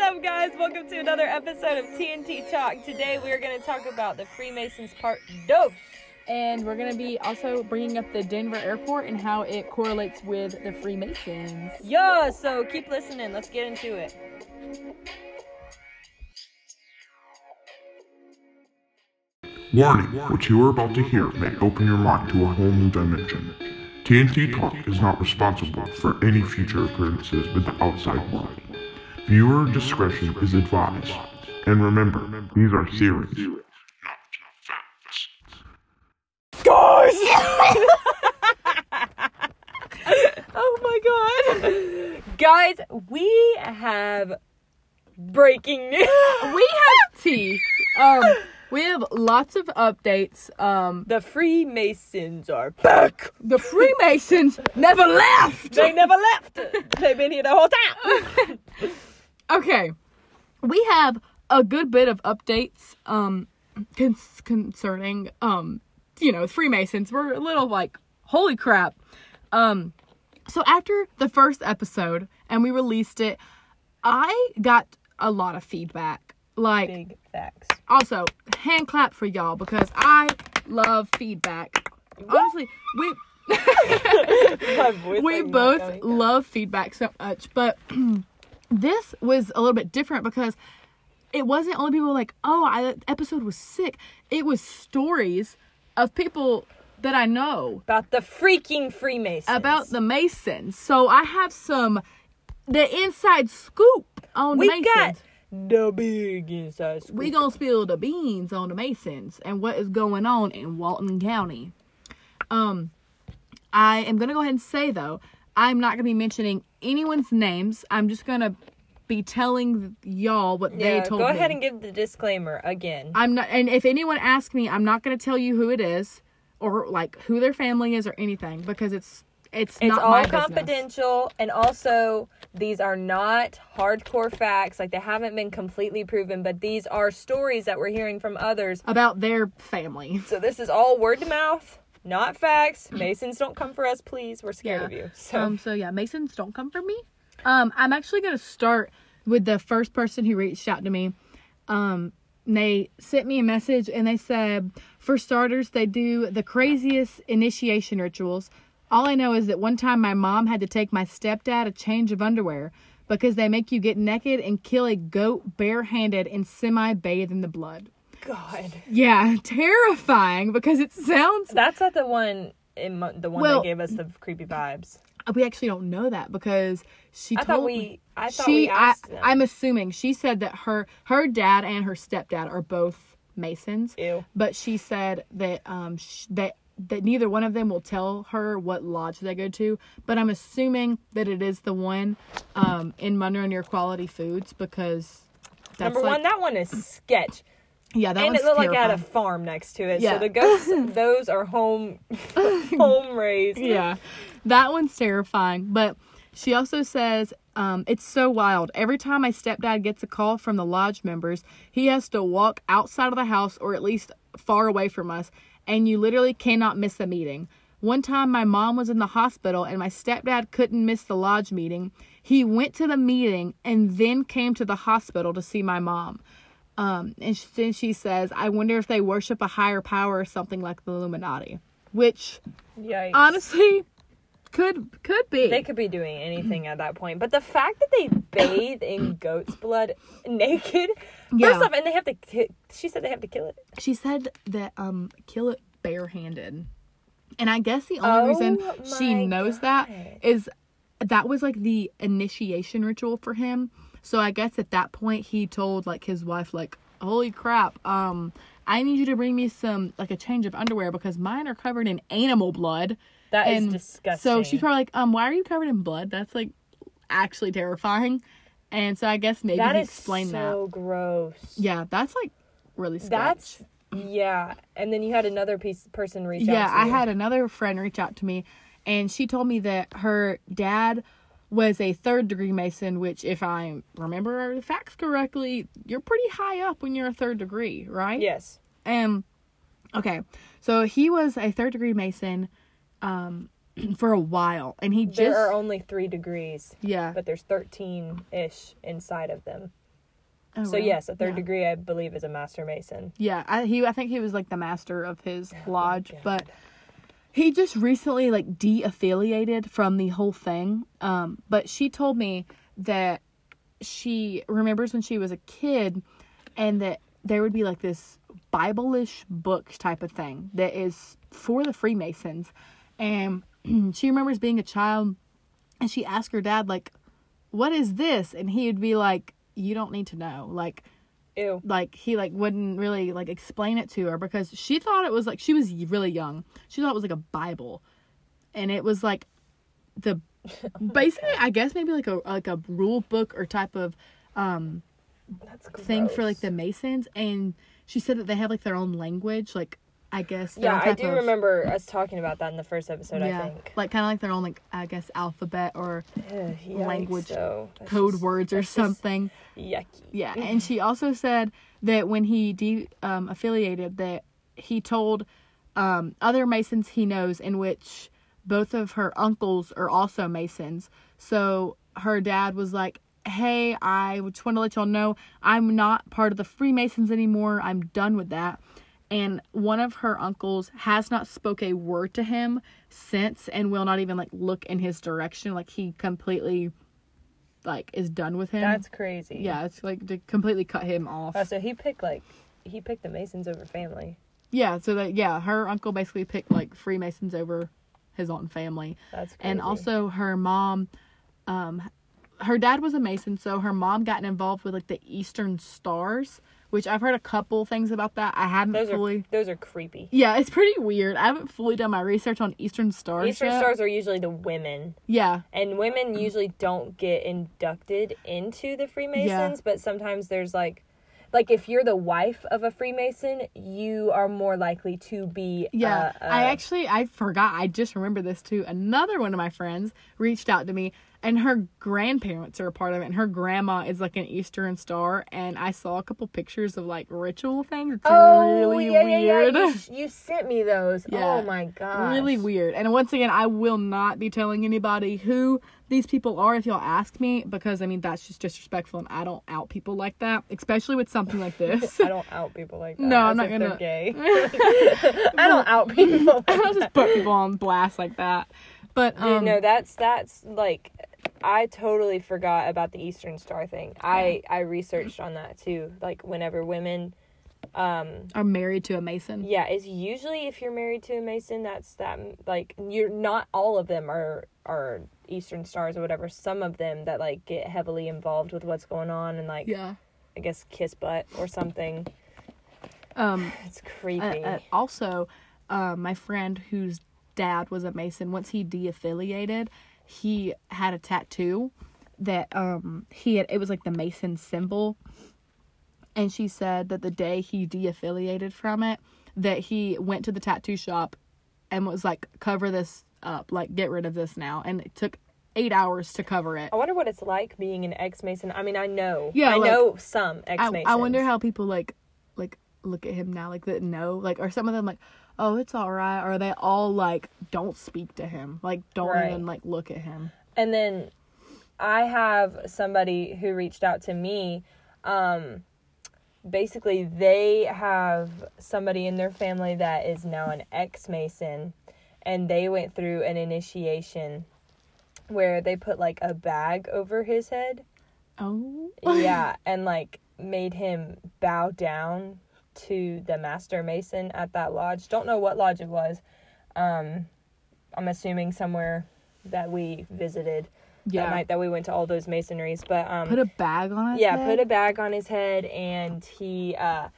up, guys? Welcome to another episode of TNT Talk. Today we are going to talk about the Freemasons Part Dos. And we're going to be also bringing up the Denver airport and how it correlates with the Freemasons. Yeah, so keep listening. Let's get into it. Warning, what you are about to hear may open your mind to a whole new dimension. TNT Talk is not responsible for any future occurrences with the outside world. Viewer discretion is advised. And remember, these are theories, not facts. oh my god. guys, we have breaking news. We have tea. Um, we have lots of updates. Um, the Freemasons are back. the Freemasons never left. They never left. They've been here the whole time. Okay, we have a good bit of updates. Um, con- concerning um, you know, Freemasons. We're a little like, holy crap. Um, so after the first episode and we released it, I got a lot of feedback. Like, Big facts. also hand clap for y'all because I love feedback. Honestly, we My voice we like both going. love feedback so much, but this was a little bit different because it wasn't only people like, "Oh, I, that episode was sick." It was stories of people that I know about the freaking Freemasons. about the Masons. So I have some the inside scoop on we the Masons. got the big inside scoop. we gonna spill the beans on the Masons and what is going on in Walton County. Um, I am gonna go ahead and say though, I'm not gonna be mentioning anyone's names. I'm just gonna be telling y'all what Yeah, they told go me. ahead and give the disclaimer again. I'm not, and if anyone asks me, I'm not gonna tell you who it is or like who their family is or anything because it's it's, It's not all my business. confidential, and also these are not hardcore facts. Like they haven't been completely proven, but these are stories that we're hearing from others. about their family. So this is all word to mouth, not facts. Masons don't come for us, please. We're scared Yeah. of you. So Um, so yeah, Masons don't come for me. Um, I'm actually gonna start with the first person who reached out to me. Um, they sent me a message and they said, for starters, they do the craziest initiation rituals. All I know is that one time my mom had to take my stepdad a change of underwear because they make you get naked and kill a goat barehanded and semi bathe in the blood. God, Yeah, terrifying because it sounds that's not the one. In Mo- the one Well- that gave us the creepy vibes. we actually don't know that because she I told thought we. I thought she we asked I, them. I'm assuming she said that her her dad and her stepdad are both Masons, Ew. but she said that um sh- that that neither one of them will tell her what lodge they go to, but I'm assuming that it is the one um in Monroe near Quality Foods because that's Number like one, that one is sketch. yeah that and one's it looked like it had a terrifying. farm next to it. Yeah. So the goats, those are home, home raised. yeah that one's terrifying but she also says um, it's so wild every time my stepdad gets a call from the lodge members he has to walk outside of the house or at least far away from us and you literally cannot miss a meeting one time my mom was in the hospital and my stepdad couldn't miss the lodge meeting he went to the meeting and then came to the hospital to see my mom um, and she, then she says i wonder if they worship a higher power or something like the illuminati which Yikes. honestly could could be They could be doing anything at that point. But the fact that they bathe in goat's blood naked, Yeah. first off, and they have to, ki- she said they have to kill it. she said that um kill it barehanded and i guess the only reason Oh my she knows God. that is that was like the initiation ritual for him so i guess at that point he told like his wife like holy crap um i need you to bring me some like a change of underwear because mine are covered in animal blood That is and disgusting. So she's probably like, um, why are you covered in blood? That's like actually terrifying. And so I guess maybe That he is explained so gross. that. Yeah, that's like really sketch. That's, yeah. And then you had another piece person reach out yeah. to I you. had another friend reach out to me, and she told me that her dad was a third degree Mason, which if I remember the facts correctly, you're pretty high up when you're a third degree, right? Yes. Um, okay, so he was a third degree Mason, um, for a while, and he there just are only three degrees, yeah but there's 13 ish inside of them. Oh, so really? yes, a third Yeah. degree I believe is a master mason. Yeah, I, he I think he was like the master of his lodge, God. but he just recently like de-affiliated from the whole thing. Um, but she told me that she remembers when she was a kid, and that there would be like this Bible-ish book type of thing that is for the Freemasons, and she remembers being a child, and she asked her dad like, "What is this?" And he would be like, "You don't need to know." Like Ew. like he like wouldn't really like explain it to her because she thought it was like she was really young. She thought it was like a Bible, and it was like the basically I guess maybe like a like a rule book or type of um That's thing for like gross. the Masons. And she said that they have like their own language, like I guess their Yeah, own I type do of- remember us talking about that in the first episode. Yeah, I think like kind of like their own like I guess alphabet or Ugh, yikes, language though. That's code just- words or that's just something. Yucky. Yeah, and she also said that when he de- um, affiliated, that he told um, other Masons he knows, in which both of her uncles are also Masons. So her dad was like, "Hey, I just want to let y'all know I'm not part of the Freemasons anymore. I'm done with that." And one of her uncles has not spoke a word to him since, and will not even like look in his direction. Like he completely, like is done with him. That's crazy. Yeah, it's like to completely cut him off. Oh, so he picked like he picked the Masons over family. yeah, so that yeah, her uncle basically picked like Freemasons over his own family. That's crazy. And also her mom um her dad was a Mason, so her mom got involved with like the Eastern Stars, which I've heard a couple things about that. I haven't those fully are those are creepy. Yeah, it's pretty weird. I haven't fully done my research on Eastern Stars. Eastern yet. stars are usually the women, Yeah. and women usually don't get inducted into the Freemasons. But sometimes there's like, like if you're the wife of a Freemason, you are more likely to be. Yeah, uh, I uh, actually I forgot. I just remember this too. Another one of my friends reached out to me, and her grandparents are a part of it. And her grandma is like an Eastern Star, and I saw a couple pictures of like ritual things. It's Oh, really weird. You, sh- you sent me those. Yeah. Oh my god. Really weird. And once again, I will not be telling anybody who these people are if y'all ask me because I mean that's just disrespectful, and I don't out people like that, especially with something like this. I don't out people like that. No, I'm as not if they're gonna- Gay. I don't out people. Like I don't just put people on blast like that. But Dude, um, no, that's that's like I totally forgot about the Eastern Star thing. I I researched on that too. Like whenever women um are married to a Mason. yeah, it's usually if you're married to a Mason, that's that like you're not all of them are are Eastern Stars or whatever. Some of them that like get heavily involved with what's going on and like Yeah. I guess kiss butt or something. Um, It's creepy. uh, uh, also, uh, my friend whose dad was a Mason, once he de-affiliated, he had a tattoo that um he had. It was like the Mason symbol, and she said that the day he de-affiliated from it, that he went to the tattoo shop and was like, "Cover this up, like get rid of this now," and it took eight hours to cover it. I wonder what it's like being an ex Mason. I mean, I know. Yeah, I like- know some ex I, Masons. I wonder how people like like look at him now like that no like are some of them like oh it's all right or are they all like don't speak to him like don't Right. even like look at him And then I have somebody who reached out to me. Um, basically, they have somebody in their family that is now an ex Mason, and they went through an initiation where they put like a bag over his head. oh Yeah, and like made him bow down to the master mason at that lodge. Don't know what lodge it was. Um, I'm assuming somewhere that we visited yeah that night that we went to all those masonries. But um, put a bag on his yeah, head? put a bag on his head, and he uh,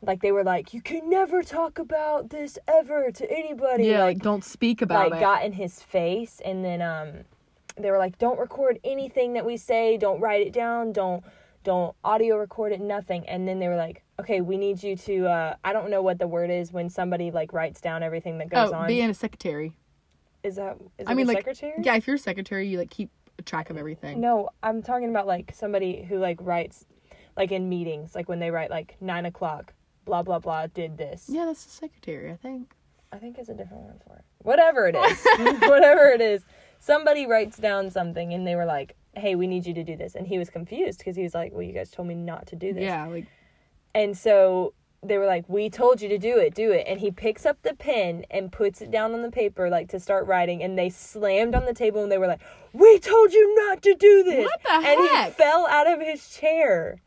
like they were like, you can never talk about this ever to anybody. yeah like, don't speak about like it got in his face, and then um, they were like, don't record anything that we say, don't write it down, don't don't audio record it, nothing. And then they were like, okay, we need you to uh, I don't know what the word is when somebody like writes down everything that goes oh on. being a secretary is that is I it mean, a like, secretary? yeah if you're a secretary you like keep track of everything No, I'm talking about like somebody who like writes, like in meetings, like when they write like nine o'clock, blah blah blah, did this. yeah that's the secretary i think I think it's a different word for it. Whatever it is, whatever it is, somebody writes down something and they were like, hey, we need you to do this. And he was confused because he was like, well, you guys told me not to do this. Yeah, like And so they were like, We told you to do it, do it. And he picks up the pen and puts it down on the paper, like to start writing. And they slammed on the table and they were like, We told you not to do this. What the And he heck? fell out of his chair.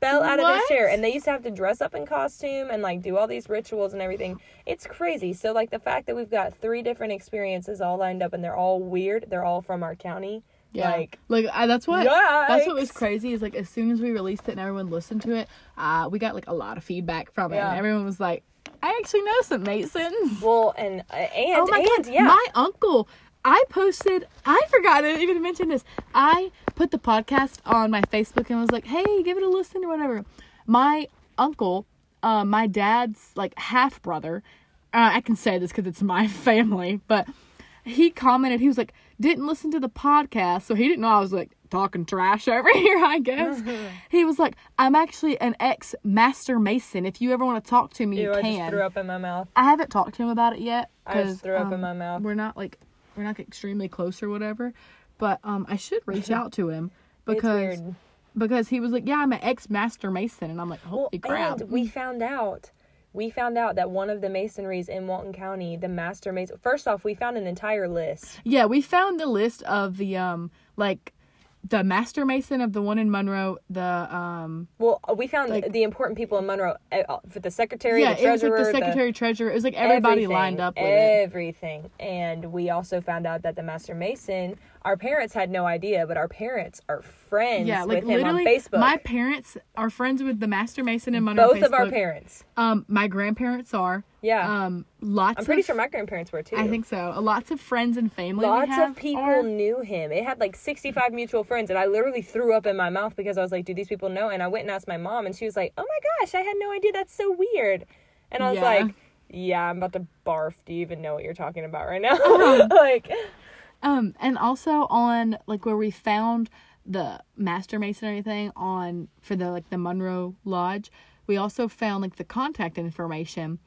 Fell out of his What? chair. And they used to have to dress up in costume and like do all these rituals and everything. It's crazy. So, like, the fact that we've got three different experiences all lined up and they're all weird, they're all from our county. yeah. Like, Like, I, that's what that's what was Yikes. crazy is like as soon as we released it and everyone listened to it, uh, we got like a lot of feedback from it. Yeah. And everyone was like, I actually know some Nate sentence. well, and, uh, and, oh my and, god, yeah. my uncle. I posted. I forgot to even mention this. I put the podcast on my Facebook and was like, "Hey, give it a listen or whatever." My uncle, uh, my dad's like half brother. Uh, I can say this because it's my family, but he commented. He was like, "Didn't listen to the podcast," so he didn't know I was like talking trash over here. I guess he was like, "I'm actually an ex master mason. If you ever want to talk to me, Ew, you I can." just threw up in my mouth. I haven't talked to him about it yet. I just 'cause, threw up in um, my mouth. We're not like we're not extremely close or whatever, but um, I should reach out to him It's because weird. because he was like, yeah, I'm an ex master mason, and I'm like, holy crap, And we found out, we found out that one of the masonries in Walton County, the master mason. First off, we found an entire list. yeah, we found the list of the um like the master mason of the one in Monroe, the um Well, uh, we found Like- the important people in Monroe eh, uh, for the secretary, yeah, the it was treasurer, like the secretary treasurer, it was like everybody everything, lined up with it. everything. And we also found out that the master mason, our parents had no idea, but our parents are friends Yeah, with like him on literally, Facebook. my parents are friends with the master mason in Monroe. both of our Facebook. parents. Um, my grandparents are. Yeah. Um, lots. I'm pretty of, sure my grandparents were too. I think so. Uh, Lots of friends and family. we Lots have of people are- knew him. It had like 65 mutual friends, and I literally threw up in my mouth because I was like, do these people know? And I went and asked my mom, and she was like, oh my gosh, I had no idea. That's so weird. And I was Yeah. like, yeah, I'm about to barf. Do you even know what you're talking about right now? like, Um, and also on like where we found the master masonry thing on for the like the Monroe Lodge, we also found like the contact information.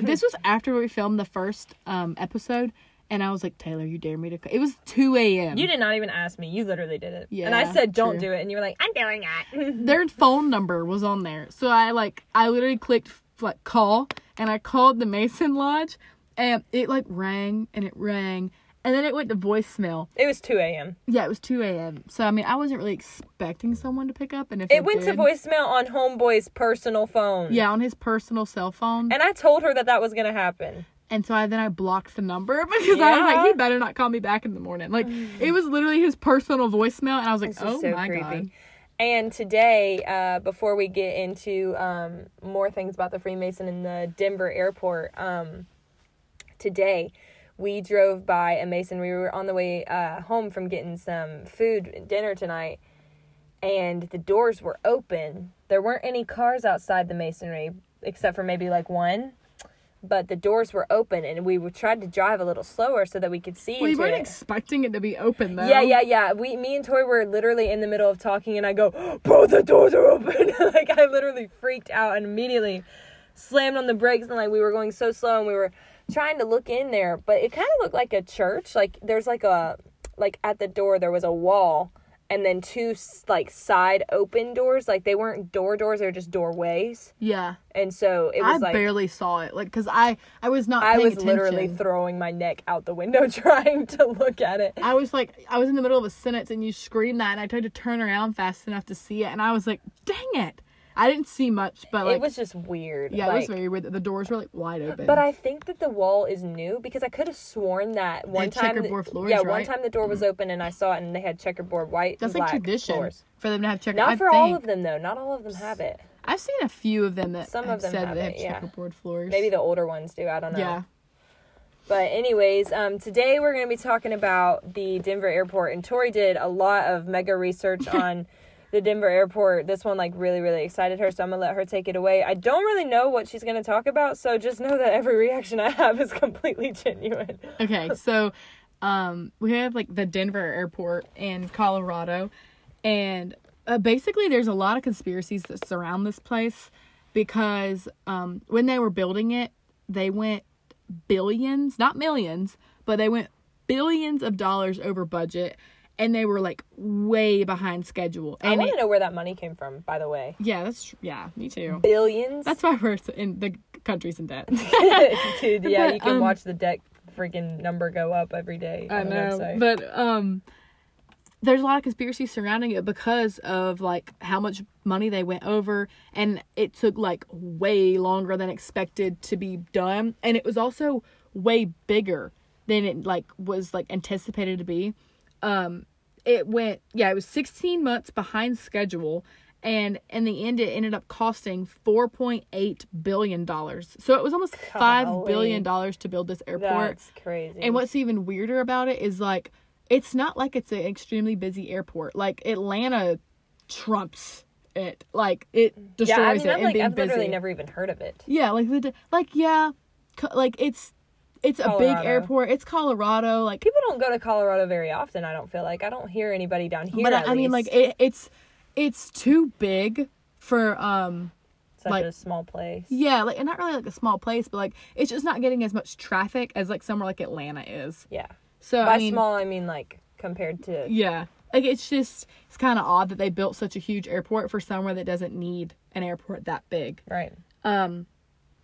this was after we filmed the first um episode, and I was like, Taylor, you dare me to? c-" It was two a.m. you did not even ask me. You literally did it. Yeah, and I said, don't true. do it. And you were like, I'm doing it. Their phone number was on there, so I like I literally clicked like call, and I called the Mason Lodge, and it like rang and it rang, and then it went to voicemail. it was 2 a.m. Yeah, it was 2 a.m. So, I mean, I wasn't really expecting someone to pick up. And if It went did- to voicemail on Homeboy's personal phone. Yeah, on his personal cell phone. And, And I told her that that was going to happen. so I then I blocked the number because I was like, Yeah. he better not call me back in the morning. Like, it was literally his personal voicemail. And I was like, It's oh just so my creepy. God. And today, uh, before we get into um, more things about the Freemason in the Denver airport, um, today we drove by a Mason. We were on the way uh, home from getting some food, dinner tonight, and the doors were open. There weren't any cars outside the masonry except for maybe like one. But the doors were open, and we were- tried to drive a little slower so that we could see. We into weren't it. expecting it to be open, though. Yeah, yeah, yeah. We, me and Tori were literally in the middle of talking, and I go, "Bro, the doors are open!" like I literally freaked out and immediately slammed on the brakes, and like we were going so slow, and we were trying to look in there, but it kind of looked like a church. Like there's like a like at the door there was a wall, and then two s- like side open doors. Like they weren't door doors; they were just doorways, Yeah. and so it I was like. barely saw it. Like, because I, I was not I paying was attention. literally throwing my neck out the window trying to look at it. I was like, I was in the middle of a sentence and you screamed that, and I tried to turn around fast enough to see it, and I was like, dang it. I didn't see much, but like, it was just weird. yeah, like, it was very weird. that The doors were like wide open. But I think that the wall is new because I could have sworn that one had time. checkerboard floors, yeah, one right? Mm-hmm. time the door was open and I saw it and they had checkerboard white that's and like black tradition floors. for them to have checkerboard. Not I for think. all of them though. Not all of them have it. I've seen a few of them that Some of have them said have they it, yeah. checkerboard floors. Maybe the older ones do. I don't know. yeah. But anyways, um, today we're going to be talking about the Denver airport, and Tori did a lot of mega research on the Denver airport. This one like really really excited her, so I'm gonna let her take it away. I don't really know what she's going to talk about, so just know that every reaction I have is completely genuine. Okay, so um, we have like the Denver airport in Colorado, and uh, basically there's a lot of conspiracies that surround this place because um, when they were building it, they went billions, not millions, but they went billions of dollars over budget. and they were like way behind schedule. I And want it- to know where that money came from, by the way. yeah, that's tr- yeah, me too. Billions? That's why we're in the country's in debt. Dude, yeah, But, you can um, watch the debt freaking number go up every day. I on the know, website. but um, there's a lot of conspiracy surrounding it because of like how much money they went over, and it took like way longer than expected to be done, and it was also way bigger than it like was like anticipated to be. Um, it went yeah, it was 16 months behind schedule. And in the end, it ended up costing four point eight billion dollars. So it was almost five Golly. billion dollars to build this airport. That's crazy. And what's even weirder about it is like it's not like it's an extremely busy airport. Like Atlanta trumps it. Like it yeah, destroys I mean, it I'm and like, being I've literally busy. never even heard of it. yeah, like the d- like yeah, co- like it's it's a big Colorado. airport. It's Colorado. Like People don't go to Colorado very often. I don't feel like I don't hear anybody down here. but I, at I mean like least. it, it's it's too big for um such like- a small place. yeah like and not really like a small place but like it's just not getting as much traffic as like somewhere like Atlanta is. Yeah, So by I mean, small I mean like compared to Yeah. Like it's just it's kind of odd that they built such a huge airport for somewhere that doesn't need an airport that big. right.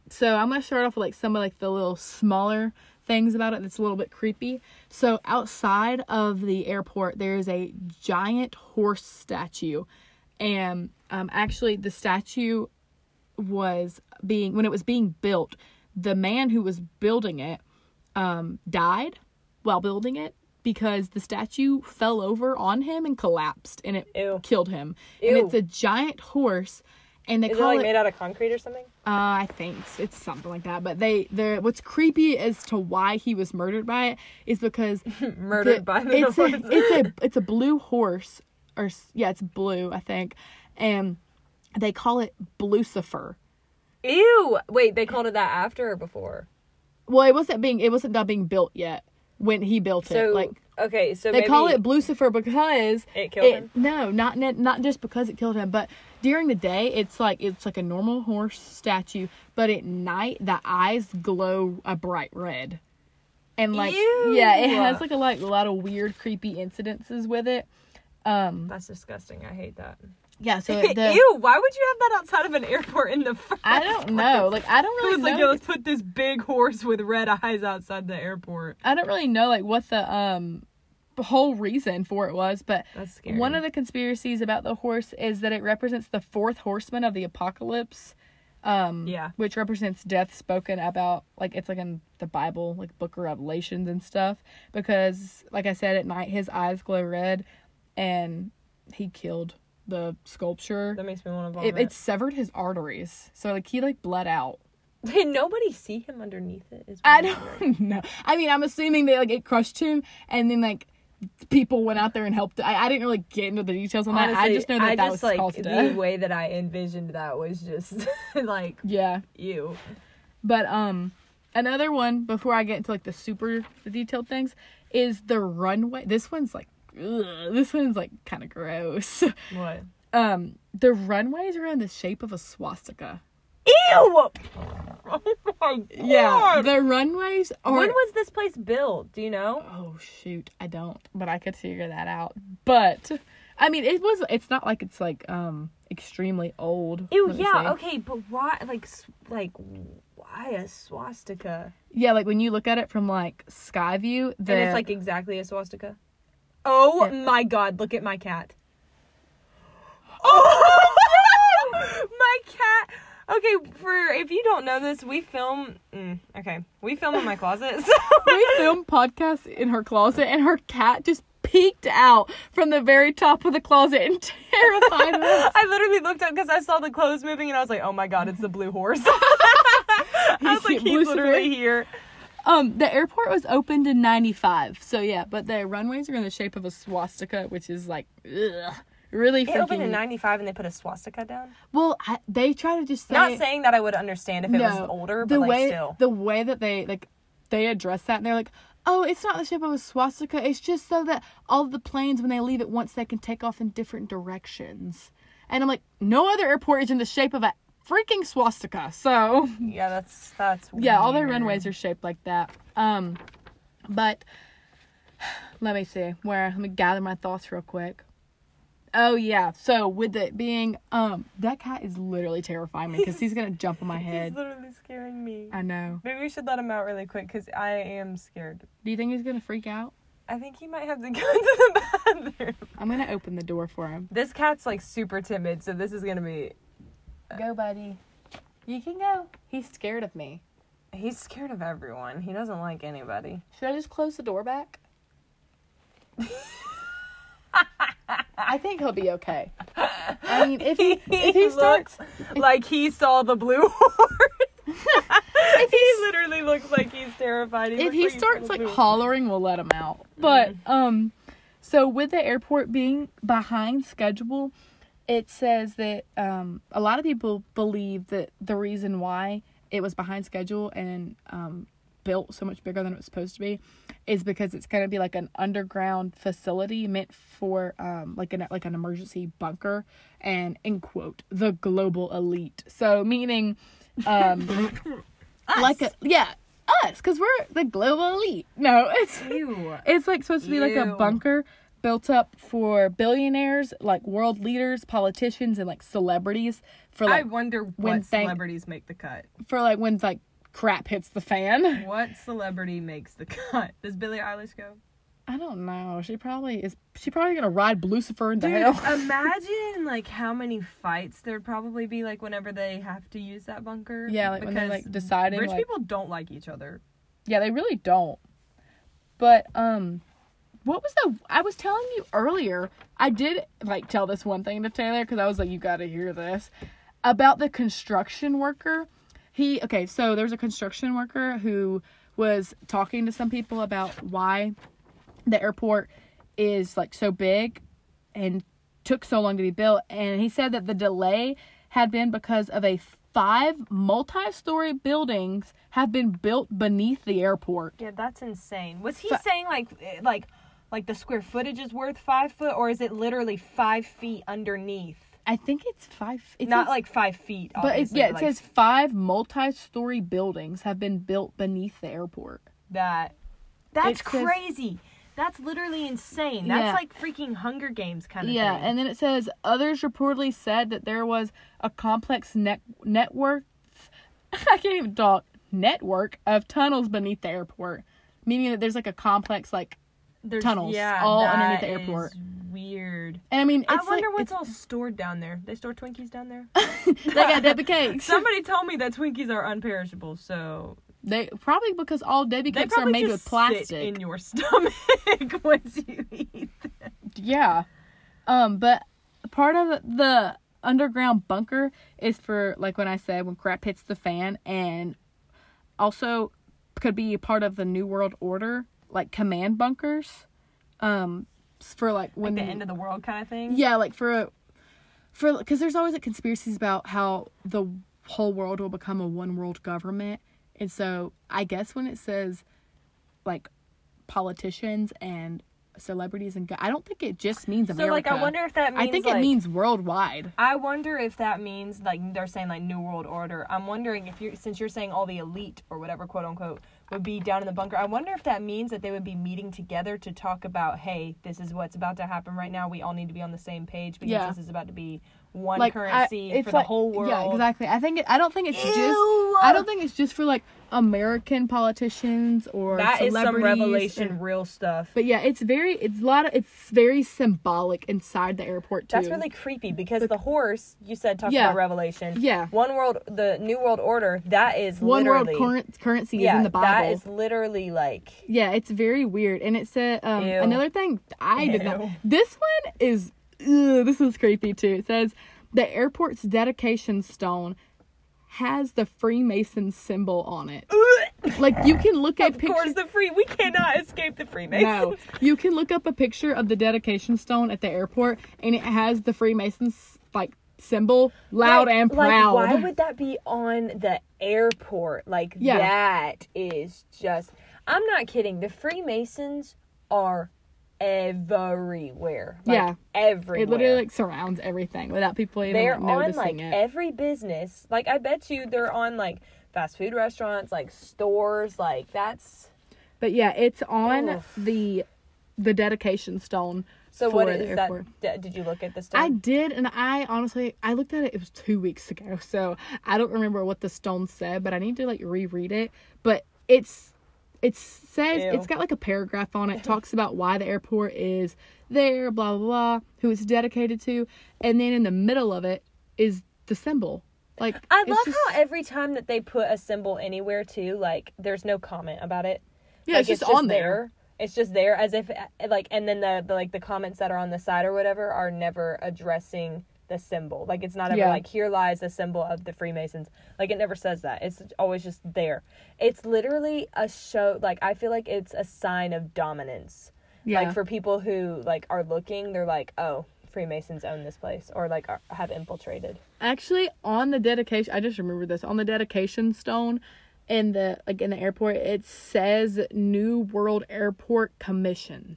So I'm gonna start off with like some of like the little smaller things about it that's a little bit creepy. So outside of the airport, there is a giant horse statue, and um, actually the statue was being when it was being built, the man who was building it um, died while building it because the statue fell over on him and collapsed and it Ew. killed him. And Ew. it's a giant horse. And they Is it call like it made out of concrete or something? uh, I think s- it's something like that. But they, they what's creepy as to why he was murdered by it is because Murdered the- by the it's a, horse. it's a it's a blue horse or s- yeah it's blue I think, and they call it Blucifer. Ew. Wait, they called it that after or before? Well, it wasn't being it wasn't done being built yet when he built So it. Like okay, so they maybe, call it Blucifer because It killed him? No, not ne- not just because it killed him, but during the day it's like it's like a normal horse statue, but at night the eyes glow a bright red, and like yeah, it Ew. has like a like a lot of weird, creepy incidences with it. That's disgusting. I hate that. Yeah, so it- the, Ew. Why would you have that outside of an airport in the? First? I don't know, like I don't really know. put this big horse with red eyes outside the airport. I don't really know like what the um whole reason for it was, but That's scary. one of the conspiracies about the horse is that it represents the fourth horseman of the apocalypse, Um, yeah. which represents death spoken about like it's like in the Bible, like book of Revelations and stuff because like I said at night his eyes glow red and he killed the sculpture. That makes me want to vomit. It, it severed his arteries. So like he like bled out. Did nobody see him underneath it? Is I what I'm wondering. don't know. I mean, I'm assuming that like it crushed him, and then like people went out there and helped. I, I didn't really get into the details on that. I Honestly, just know that I that just, was like caused the death. way that I envisioned that was just like Yeah, you. but um, another one before I get into like the super detailed things is the runway. This one's like, ugh, this one's like kind of gross. What? Um, the runways are in the shape of a swastika. Ew! Oh my god! Yeah, the runways are. When was this place built? Do you know? Oh shoot, I don't, but I could figure that out. But I mean, it was. It's not like it's like um extremely old. Ew, let me yeah, see. okay, but why, like, s- like, why a swastika? Yeah, like when you look at it from like sky view, the and it's like exactly a swastika. Oh Yeah. my god, look at my cat. Oh my cat. Okay, for if you don't know this, we film. Mm, okay, we film in my closet. So we film podcasts in her closet, and her cat just peeked out from the very top of the closet and terrified us. I literally looked up because I saw the clothes moving, and I was like, "Oh my god, it's the blue horse." I was like, Blue "He's literally Spirit. here." Um, the airport was opened in '95, so yeah, but the runways are in the shape of a swastika, which is like, ugh, really It opened in freaking- '95, and they put a swastika down. Well, I, they try to just say Not saying that I would understand if it was older, but the like way still. the way that they like they address that and they're like, oh, it's not the shape of a swastika. It's just so that all the planes when they leave at once they can take off in different directions. And I'm like, no other airport is in the shape of a freaking swastika. So yeah, that's that's. yeah, all their weird. runways are shaped like that. Um, but Let me see. Where? Let me gather my thoughts real quick. Oh yeah. So with it being um that cat is literally terrifying me because he's gonna jump on my He's head. literally scaring me. I know. Maybe we should let him out really quick because I am scared. Do you think he's gonna freak out? I think he might have to go into the bathroom. I'm gonna open the door for him. This cat's like super timid, so this is gonna be. Go, buddy. You can go. He's scared of me. He's scared of everyone. He doesn't like anybody. Should I just close the door back? I think he'll be okay. I mean, if he if he starts like he saw the blue horn. if he he's literally looks like he's terrified. if looks he saw starts the like blue hollering, we'll let him out. But um, so with the airport being behind schedule, it says that um, a lot of people believe that the reason why it was behind schedule and um, built so much bigger than it was supposed to be is because it's going to be like an underground facility meant for um, like an like an emergency bunker and in quote the global elite. So meaning um, like a yeah us because we're the global elite. No, it's Ew. it's like supposed to be like a Ew. bunker built up for billionaires, like world leaders, politicians, and like celebrities for I like wonder when what thank- celebrities make the cut. for like when like crap hits the fan. What celebrity makes the cut? Does Billie Eilish go? I don't know. She probably is. She probably gonna ride Lucifer into Dude, hell. imagine like how many fights there'd probably be like whenever they have to use that bunker. Yeah, like when they're because like deciding. rich Like, people don't like each other. yeah, they really don't. But um, what was the? I was telling you earlier. I did like tell this one thing to Taylor because I was like, you got to hear this about the construction worker. He okay, so there was a construction worker who was talking to some people about why the airport is like so big and took so long to be built and he said that the delay had been because of a five multi-story buildings have been built beneath the airport Yeah, that's insane. Was he saying like eh, like like the square footage is worth five foot, or is it literally five feet underneath? i think it's five it's Not like five feet, but it, obviously, yeah it like, says five multi-story buildings have been built beneath the airport that. That's it says- crazy. That's literally insane. That's Yeah. like freaking Hunger Games kind of Yeah, thing. and then it says others reportedly said that there was a complex net network. I can't even talk. Network of tunnels beneath the airport, meaning that there's like a complex like, There's- tunnels all underneath that the airport. is Weird. and I mean, it's I wonder like, what's it's- all stored down there. They store Twinkies down there. they got Debbie cakes. Somebody told me that Twinkies are unperishable, so they probably because all Debbie they cakes are probably made with just sit plastic. in your stomach once you eat. Yeah. Um, but part of the underground bunker is for like when I said when crap hits the fan and also could be part of the New World Order, like command bunkers. Um s- for like when The end of the world kind of thing. Yeah, like for for because there's always like conspiracies about how the whole world will become a one world government, and so I guess when it says like politicians and celebrities and go- I don't think it just means So America. like, I wonder if that means. I think it like- means worldwide. I wonder if that means like they're saying like New World Order. I'm wondering if you are since you're saying all the elite or whatever quote unquote would be down in the bunker. I wonder if that means that they would be meeting together to talk about hey, this is what's about to happen right now. We all need to be on the same page because Yeah. this is about to be one like I- currency it's for like- the whole world. Yeah, exactly. I think it, I don't think it's Ew. just I don't think it's just for like American politicians or That is some celebrities revelation, and- real stuff. but yeah, it's very it's a lot of it's very symbolic inside the airport too. That's really creepy because the horse you said talked Yeah. about revelation. Yeah. One world, the new world order. That is one world literally- current currency Yeah, is in the Bible. that is literally like yeah, it's very weird. And it said um, Ew. another thing I did not. Ew. This one is ugh, this is creepy too. It says the airport's dedication stone has the Freemason symbol on it. like you can look at Of course, pictures. the free. We cannot escape the Freemasons. No, you can look up a picture of the dedication stone at the airport, and it has the Freemasons like symbol loud Like- and like, proud. why would that be on the airport? Like Yeah. that is just. I'm not kidding. The Freemasons are everywhere. Like, Yeah. everywhere. it literally like surrounds everything without people even they're like, on noticing like it. every business. Like I bet you they're on like fast food restaurants, like stores. Like that's But yeah, it's on Oof. the the dedication stone. So for what the is that? airport. d- Did you look at the stone? I did, and I honestly I looked at it. It was two weeks ago, so I don't remember what the stone said, but I need to like reread it. But it's it says Ew. it's got like a paragraph on it talks about why the airport is there, blah blah blah, who it's dedicated to, and then in the middle of it is the symbol. Like I it's love just- how every time that they put a symbol anywhere too, like there's no comment about it. yeah, Like, it's just on there. It's just there as if eh, like, and then the, the like the comments that are on the side or whatever are never addressing the symbol. Like it's not ever Yeah. like here lies the symbol of the Freemasons. Like it never says that. It's always just there. It's literally a show. Like I feel like it's a sign of dominance. Yeah. Like for people who like are looking, they're like, oh, Freemasons own this place or like are, have infiltrated. Actually, on the dedication, I just remember this on the dedication stone in the like in the airport. It says New World Airport Commission.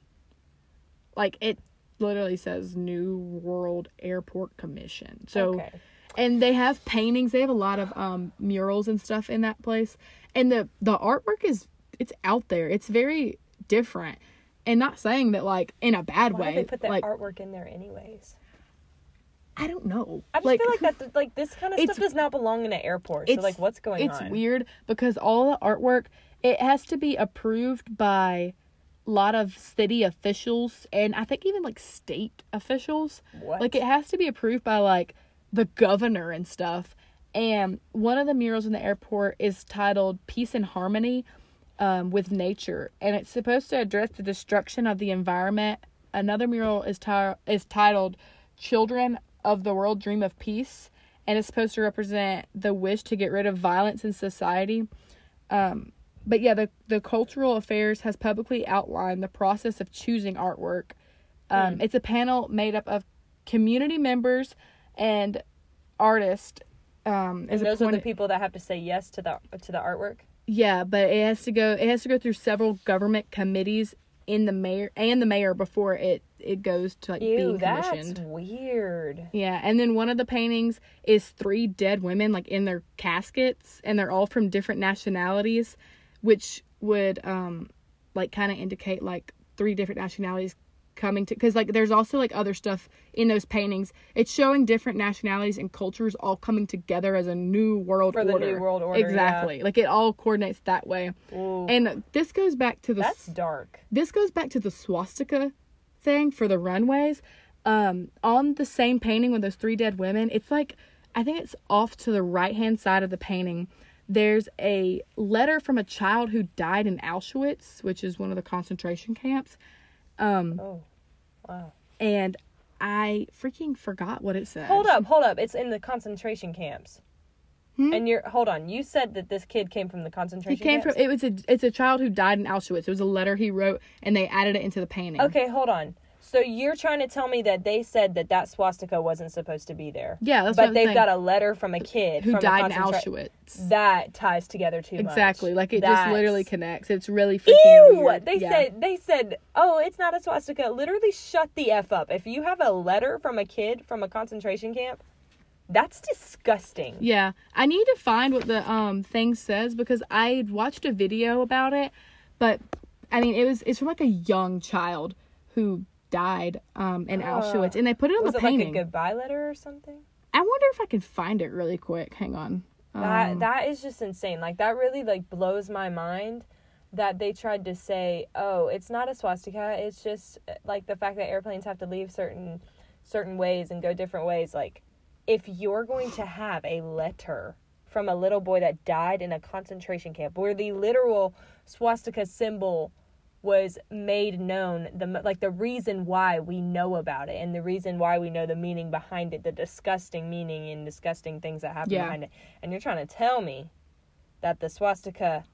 Like it literally says New World Airport Commission. So, Okay. and they have paintings. They have a lot of um murals and stuff in that place. And the the artwork is it's out there. It's very different. And not saying that like in a bad Why way. did they put that like artwork in there anyways? I don't know. I just feel like that th- like this kind of it's- stuff does not belong in an airport. So like what's going it's on? weird because all the artwork it has to be approved by a lot of city officials and I think even like state officials. What? Like it has to be approved by like the governor and stuff. And one of the murals in the airport is titled Peace and Harmony um, with Nature and it's supposed to address the destruction of the environment. Another mural is ti- is titled Children of the World Dream of Peace and it's supposed to represent the wish to get rid of violence in society. Um, But yeah, the the cultural affairs has publicly outlined the process of choosing artwork. Hmm. Um, It's a panel made up of community members and artists. Um, is And those are the appointed- people that have to say yes to the to the artwork. yeah, but it has to go. It has to go through several government committees in the mayor and the mayor before it it goes to like Ew, being that's commissioned. weird. Yeah, and then one of the paintings is three dead women like in their caskets and they're all from different nationalities, which would um like kind of indicate like three different nationalities coming to cuz like there's also like other stuff in those paintings. It's showing different nationalities and cultures all coming together as a new world For the order. new world order, yeah. Exactly. Like it all coordinates that way. Ooh, And this goes back to the that's dark. this goes back to the swastika thing for the runways. Um, on the same painting with those three dead women, it's like I think it's off to the right hand side of the painting. There's a letter from a child who died in Auschwitz, which is one of the concentration camps, Um, Oh. and I freaking forgot what it said. Hold up, hold up. It's in the concentration camps. And you're hold on. You said that this kid came from the Hmm? He concentration came from camps. it was a it's a child who died in Auschwitz. It was a letter he wrote, and they added it into the painting. okay, hold on. So you're trying to tell me that they said that that swastika wasn't supposed to be there. Yeah, that's but what I'm they've saying. got a letter from a kid who from a died in concentra- Auschwitz. That ties together too much. Exactly. Like it just literally That's- connects. It's really freaking Ew! weird. They Yeah. said they said, "Oh, it's not a swastika." Literally, shut the f up. If you have a letter from a kid from a concentration camp, that's disgusting. Yeah. I need to find what the um thing says because I watched a video about it, but I mean it was it's from like a young child who died um in Auschwitz and they put it on Uh, Was the it painting. like a goodbye letter or something? I wonder if I can find it really quick. Hang on. That that is just insane. Like that really like blows my mind that they tried to say, "Oh, it's not a swastika. It's just uh, like the fact that airplanes have to leave certain certain ways and go different ways." Like if you're going to have a letter from a little boy that died in a concentration camp where the literal swastika symbol was made known the mo- like the reason why we know about it and the reason why we know the meaning behind it the disgusting meaning and disgusting things that happen Yeah. behind it and you're trying to tell me that the swastika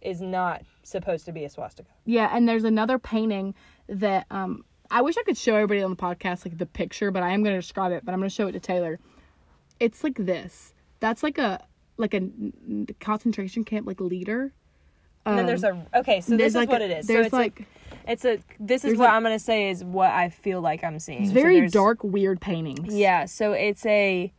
is not supposed to be a swastika Yeah, and there's another painting that um I wish I could show everybody on the podcast like the picture, but I am gonna describe it, but I'm gonna show it to Taylor. It's like this. That's like a like a n- concentration camp like leader. and then there's a okay so Um, this there's is like what a- it is so there's it's like- like it's a this is what i i'm going to say is what i feel like i'm seeing It's So very there's- dark, weird paintings. Yeah, so it's a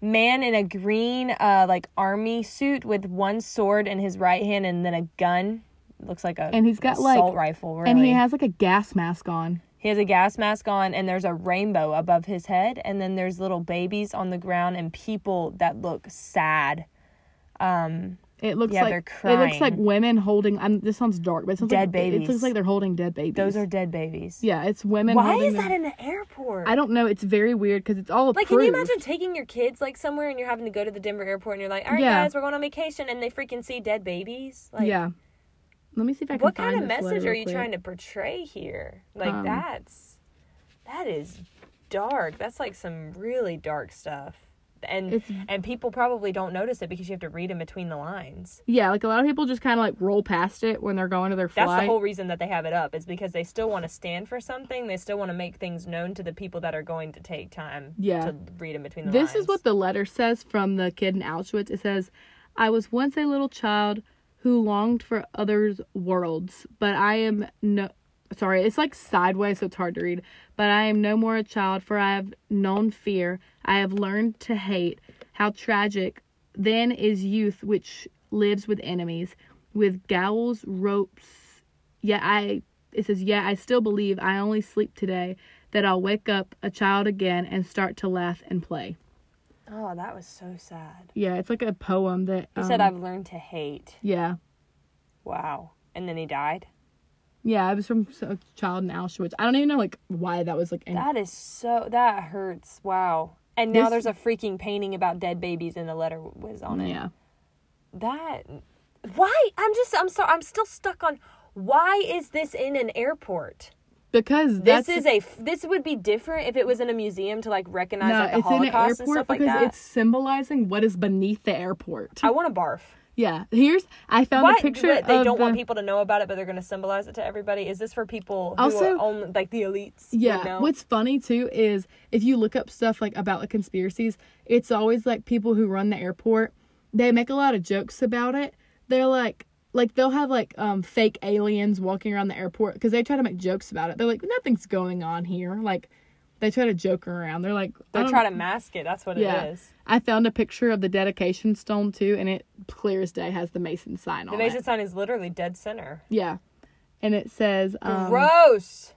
man in a green uh like army suit with one sword in his right hand and then a gun looks like a And he's got, like- assault rifle. Really. And he has like a gas mask on. He has a gas mask on, and there's a rainbow above his head, and then there's little babies on the ground and people that look sad. It looks Yeah, like they're it looks like crying. women holding. I'm, this sounds dark, but it sounds Dead like, It, it looks babies. like they're holding dead babies. Those are dead babies. yeah, it's women. Why holding is them- that in the airport? I don't know. It's very weird because it's all like, can you approved. imagine taking your kids like somewhere and you're having to go to the Denver airport and you're like, all right, Yeah. guys, we're going on vacation, and they freaking see dead babies? Like, yeah. Let me see if I can. what kind find of this letter message are real you quick. trying to portray here? Like, Um, that's that is dark. That's like some really dark stuff. And It's- and people probably don't notice it because you have to read in between the lines. Yeah, like a lot of people just kind of like roll past it when they're going to their flight. That's the whole reason that they have it up is because they still want to stand for something. They still want to make things known to the people that are going to take time Yeah. to read in between the This lines. is what the letter says from the kid in Auschwitz. It says, I was once a little child who longed for others' worlds, but I am no. Sorry, it's like sideways, so it's hard to read. But I am no more a child, for I have known fear. I have learned to hate. How tragic then is youth, which lives with enemies, with gowls, ropes, Yet I, it says, yet I still believe I only sleep today, that I'll wake up a child again and start to laugh and play. Oh, that was so sad. Yeah, it's like a poem that. He um, said, "I've learned to hate." Yeah, Wow. And then he died. yeah, it was from s- a child in Auschwitz. I don't even know like why that was like. in- That is so. That hurts. Wow. And now This- there's a freaking painting about dead babies, and the letter was on it. yeah, That. Why? I'm just. I'm sorry. I'm still stuck on. Why is this in an airport? because This that's, is a. f- This would be different if it was in a museum to like recognize no, like the it's in an Holocaust airport and stuff like because that. it's symbolizing what is beneath the airport. I want to barf. yeah, here's I found Why a picture. but they of don't want the- people to know about it, but they're going to symbolize it to everybody? Is this for people who Also- are only like the elites? would Yeah. know? What's funny too is if you look up stuff like about like conspiracies, it's always like people who run the airport. They make a lot of jokes about it. They're like like they'll have like um fake aliens walking around the airport because they try to make jokes about it. They're like nothing's going on here. Like they try to joke around. They're like I they don't- try to mask it. That's what um, yeah. it is. I found a picture of the dedication stone too, and it clear as day has the Mason sign on The Mason it. sign is literally dead center. Yeah, and it says um, Gross.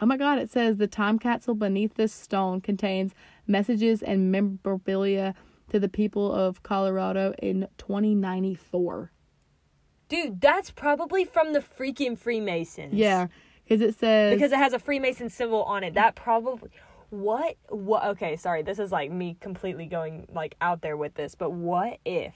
Oh my God, it says the time capsule beneath this stone contains messages and memorabilia to the people of Colorado in 2094. Dude, that's probably from the freaking Freemasons. Yeah, because it says. Because it has a Freemason symbol on it. That probably. What? What? Okay, sorry. This is like me completely going like out there with this, but what if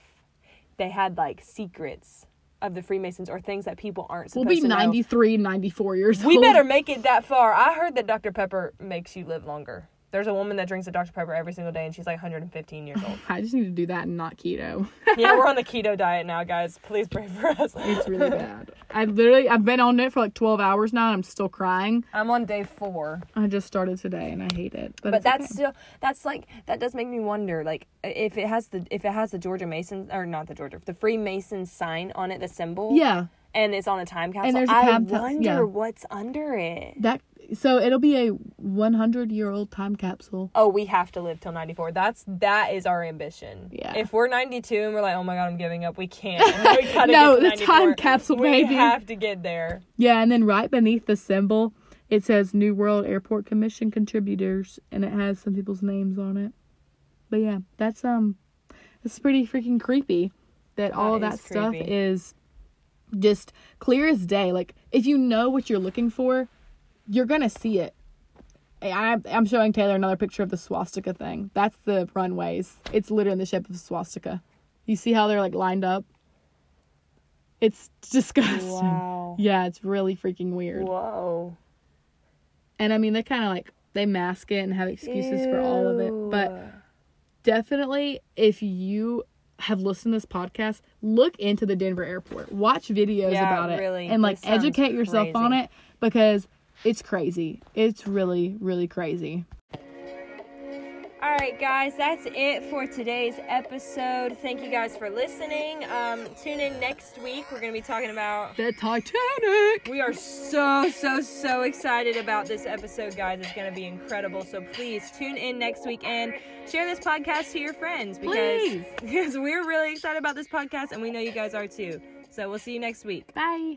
they had like secrets of the Freemasons or things that people aren't we'll supposed be to know? 93, 94 years We old. better make it that far. I heard that Dr. Pepper makes you live longer. There's a woman that drinks a Dr. Pepper every single day and she's like 115 years old. I just need to do that and not keto. yeah, we're on the keto diet now, guys. Please pray for us. it's really bad. I literally, I've been on it for like 12 hours now and I'm still crying. I'm on day four. I just started today and I hate it. But, But it's okay. that's still that's like that does make me wonder like if it has the if it has the Georgia Mason or not the Georgia the Freemason sign on it the symbol Yeah. and it's on a time capsule there's a I time cap- wonder yeah. what's under it That, so it'll be a 100 year old time capsule. oh we have to live till 94 that's that is our ambition Yeah. if we're 92 and we're like oh my god i'm giving up we can't we gotta No, get to the time 94. capsule, we baby. have to get there Yeah, and then right beneath the symbol, it says New World Airport Commission contributors, and it has some people's names on it. But yeah, that's um, it's pretty freaking creepy that all That that is stuff creepy. is just clear as day. Like if you know what you're looking for, you're gonna see it. I, I- I'm showing Taylor another picture of the swastika thing. That's the runways. It's literally in the shape of a swastika. You see how they're like lined up? It's disgusting. wow Yeah, it's really freaking weird. whoa And I mean, they kind of like they mask it and have excuses for all of it. But Ew. definitely, if you have listened to this podcast, look into the Denver airport. Watch videos Yeah, about it really, and like this sounds educate yourself on crazy. it because it's crazy. It's really, really crazy. All right, guys, that's it for today's episode. Thank you guys for listening. Um, tune in next week. We're going to be talking about. The Titanic. We are so, so, so excited about this episode, guys. It's going to be incredible. So please tune in next week and share this podcast to your friends because, Please. because we're really excited about this podcast and we know you guys are too. So we'll see you next week. Bye.